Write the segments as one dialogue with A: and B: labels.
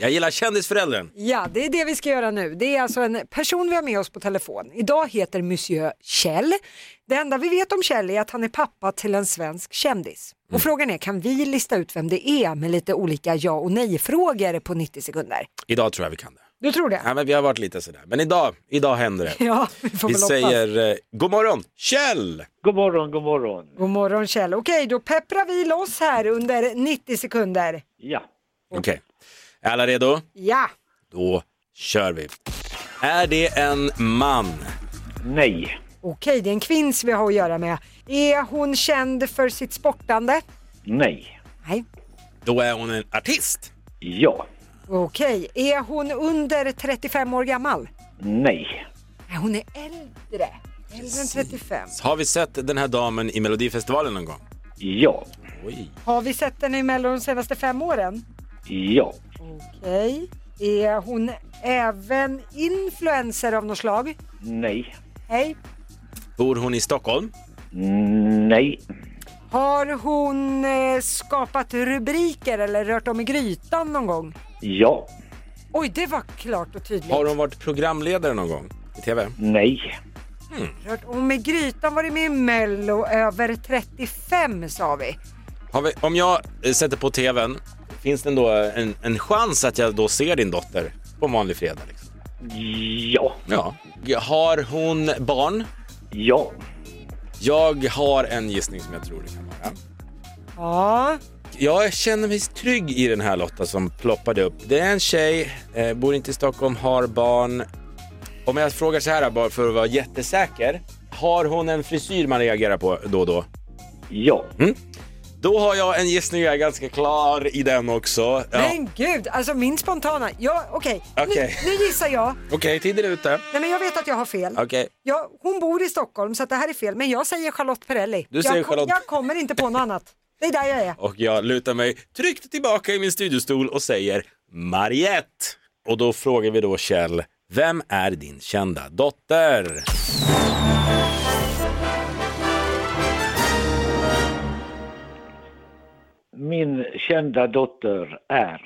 A: Jag gillar kändisföräldern.
B: Ja, det är det vi ska göra nu. Det är alltså en person vi har med oss på telefon. Idag heter Monsieur Kjell. Det enda vi vet om Kjell är att han är pappa till en svensk kändis.
A: Mm.
B: Och frågan är, kan vi lista ut vem det är med lite olika ja och nej-frågor på 90 sekunder?
A: Idag tror jag vi kan det.
B: Du tror det?
A: Ja, men vi har varit lite sådär. Men idag, idag händer det.
B: Ja, vi får
A: Vi
B: väl hoppas.
A: säger eh, god morgon Kjell!
C: God morgon, god morgon.
B: God morgon Kjell. Okej, då pepprar vi loss här under 90 sekunder.
C: Ja,
A: Okej, är alla redo?
B: Ja,
A: Då kör vi. Är det en man?
C: nej,
B: okej, det är en kvinns vi har att göra med. Är hon känd för sitt sportande?
C: nej,
B: Nej.
A: Då är hon en artist.
C: ja,
B: Okej, är hon under 35 år gammal?
C: nej,
B: Nej, hon är äldre. Äldre än 35.
A: Har vi sett den här damen i Melodifestivalen någon gång?
C: ja,
A: Oj.
B: Har vi sett henne i Mello de senaste fem åren?
C: ja,
B: Okej. Är hon även influencer av något slag?
C: nej,
B: Hej.
A: Bor hon i Stockholm?
C: nej,
B: Har hon eh, skapat rubriker eller rört om i grytan någon gång?
C: ja,
B: Oj, det var klart och tydligt.
A: Har hon varit programledare någon gång i TV?
C: nej,
B: Rört om i grytan, varit med i Mello, över 35 sa vi.
A: Har vi, om jag eh, sätter på TVn, finns det då en, en chans att jag då ser din dotter på en vanlig fredag? Liksom?
C: ja,
A: Ja. Har hon barn?
C: ja,
A: Jag har en gissning som jag tror det kan vara.
B: Ja,
A: Jag känner mig trygg i den här Lotta som ploppade upp. Det är en tjej, eh, bor inte i Stockholm, har barn. Om jag frågar så här bara för att vara jättesäker. Har hon en frisyr man reagerar på då och då?
C: ja,
A: Då har jag en gissning, jag är ganska klar i den också. Ja. Okej,
B: men gud, alltså min spontana, ja okej,
A: Okej.
B: nu, nu gissar jag.
A: tiden är ute.
B: Nej men jag vet att jag har fel.
A: Okej,
B: Ja, hon bor i Stockholm så att det här är fel, men jag säger Charlotte Perrelli.
A: Du
B: jag,
A: säger
B: kom-
A: Charlotte.
B: jag kommer inte på något annat. Det är där jag är.
A: och jag lutar mig tryggt tillbaka i min studiostol och säger Mariette. Och då frågar vi då Kjell, vem är din kända dotter?
C: min kända dotter är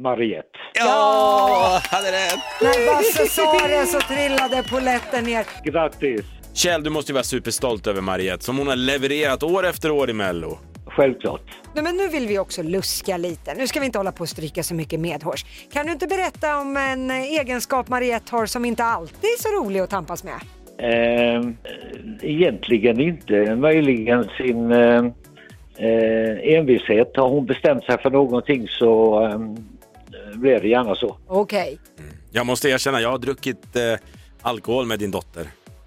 C: Mariette.
A: Ja, hade rätt!
B: När Basse sa det så trillade polletten ner.
C: Grattis,
A: Kjell, du måste ju vara superstolt över Mariette som hon har levererat år efter år i Mello.
C: självklart.
B: Nej, men nu vill vi också luska lite. Nu ska vi inte hålla på och stryka så mycket medhårs. Kan du inte berätta om en eh, egenskap Mariette har som inte alltid är så rolig att tampas med?
C: Eh, egentligen inte. Möjligen sin eh, eh, envishet. Har hon bestämt sig för någonting så eh, blir det gärna så.
B: Okej.
A: Jag måste erkänna, jag har druckit eh, alkohol med din dotter.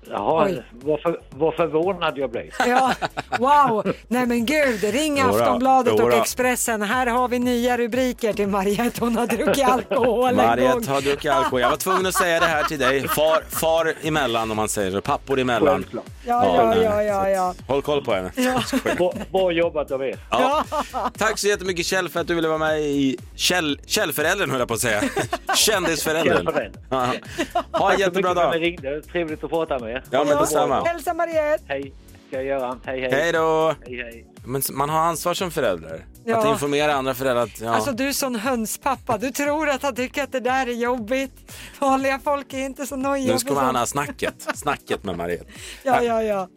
C: Jaha,
B: Oj.
C: vad, för, vad förvånad jag blev.
B: Ja, wow! Nej men gud, ring
A: Jodå,
B: Aftonbladet och
A: jodå.
B: Expressen. Här har vi nya rubriker till Mariette. Hon har druckit alkohol en gång.
A: Mariette har druckit alkohol. Jag var tvungen att säga det här till dig. Far, far emellan om man säger så, pappor emellan.
C: Självklart.
B: Ja, ja,
A: nej.
B: ja, ja, ja.
A: Håll koll på henne.
C: Bra, bra jobbat av er.
A: Ja. Tack så jättemycket Kjell för att du ville vara med i Kjell, Kjellföräldern höll jag på att säga. Kändisföräldern.
C: Kjellföräldern.
A: Ja. Ha en
C: Tack så mycket
A: jättebra
C: för att ni
A: dag.
C: ringde. Trevligt att prata med er.
A: Ja men detsamma.
B: Hälsa Mariette!
C: Hej, ska jag göra. Hej, hej.
A: Hej då.
C: hej, hej.
A: Men man har ansvar som förälder. Att
B: Ja.
A: informera andra föräldrar att... Ja.
B: Alltså du är sån hönspappa, du tror att han tycker att det där är jobbigt. Vanliga folk är inte så nojiga.
A: Nu ska
B: för
A: man
B: sånt.
A: ha snacket, snacket med Mariette.
B: Ja, ja, ja.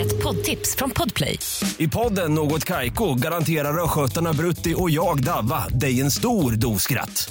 D: Ett poddtips från Podplay.
E: I podden Något Kaiko garanterar östgötarna Brutti och jag, Davva, dig en stor dos skratt.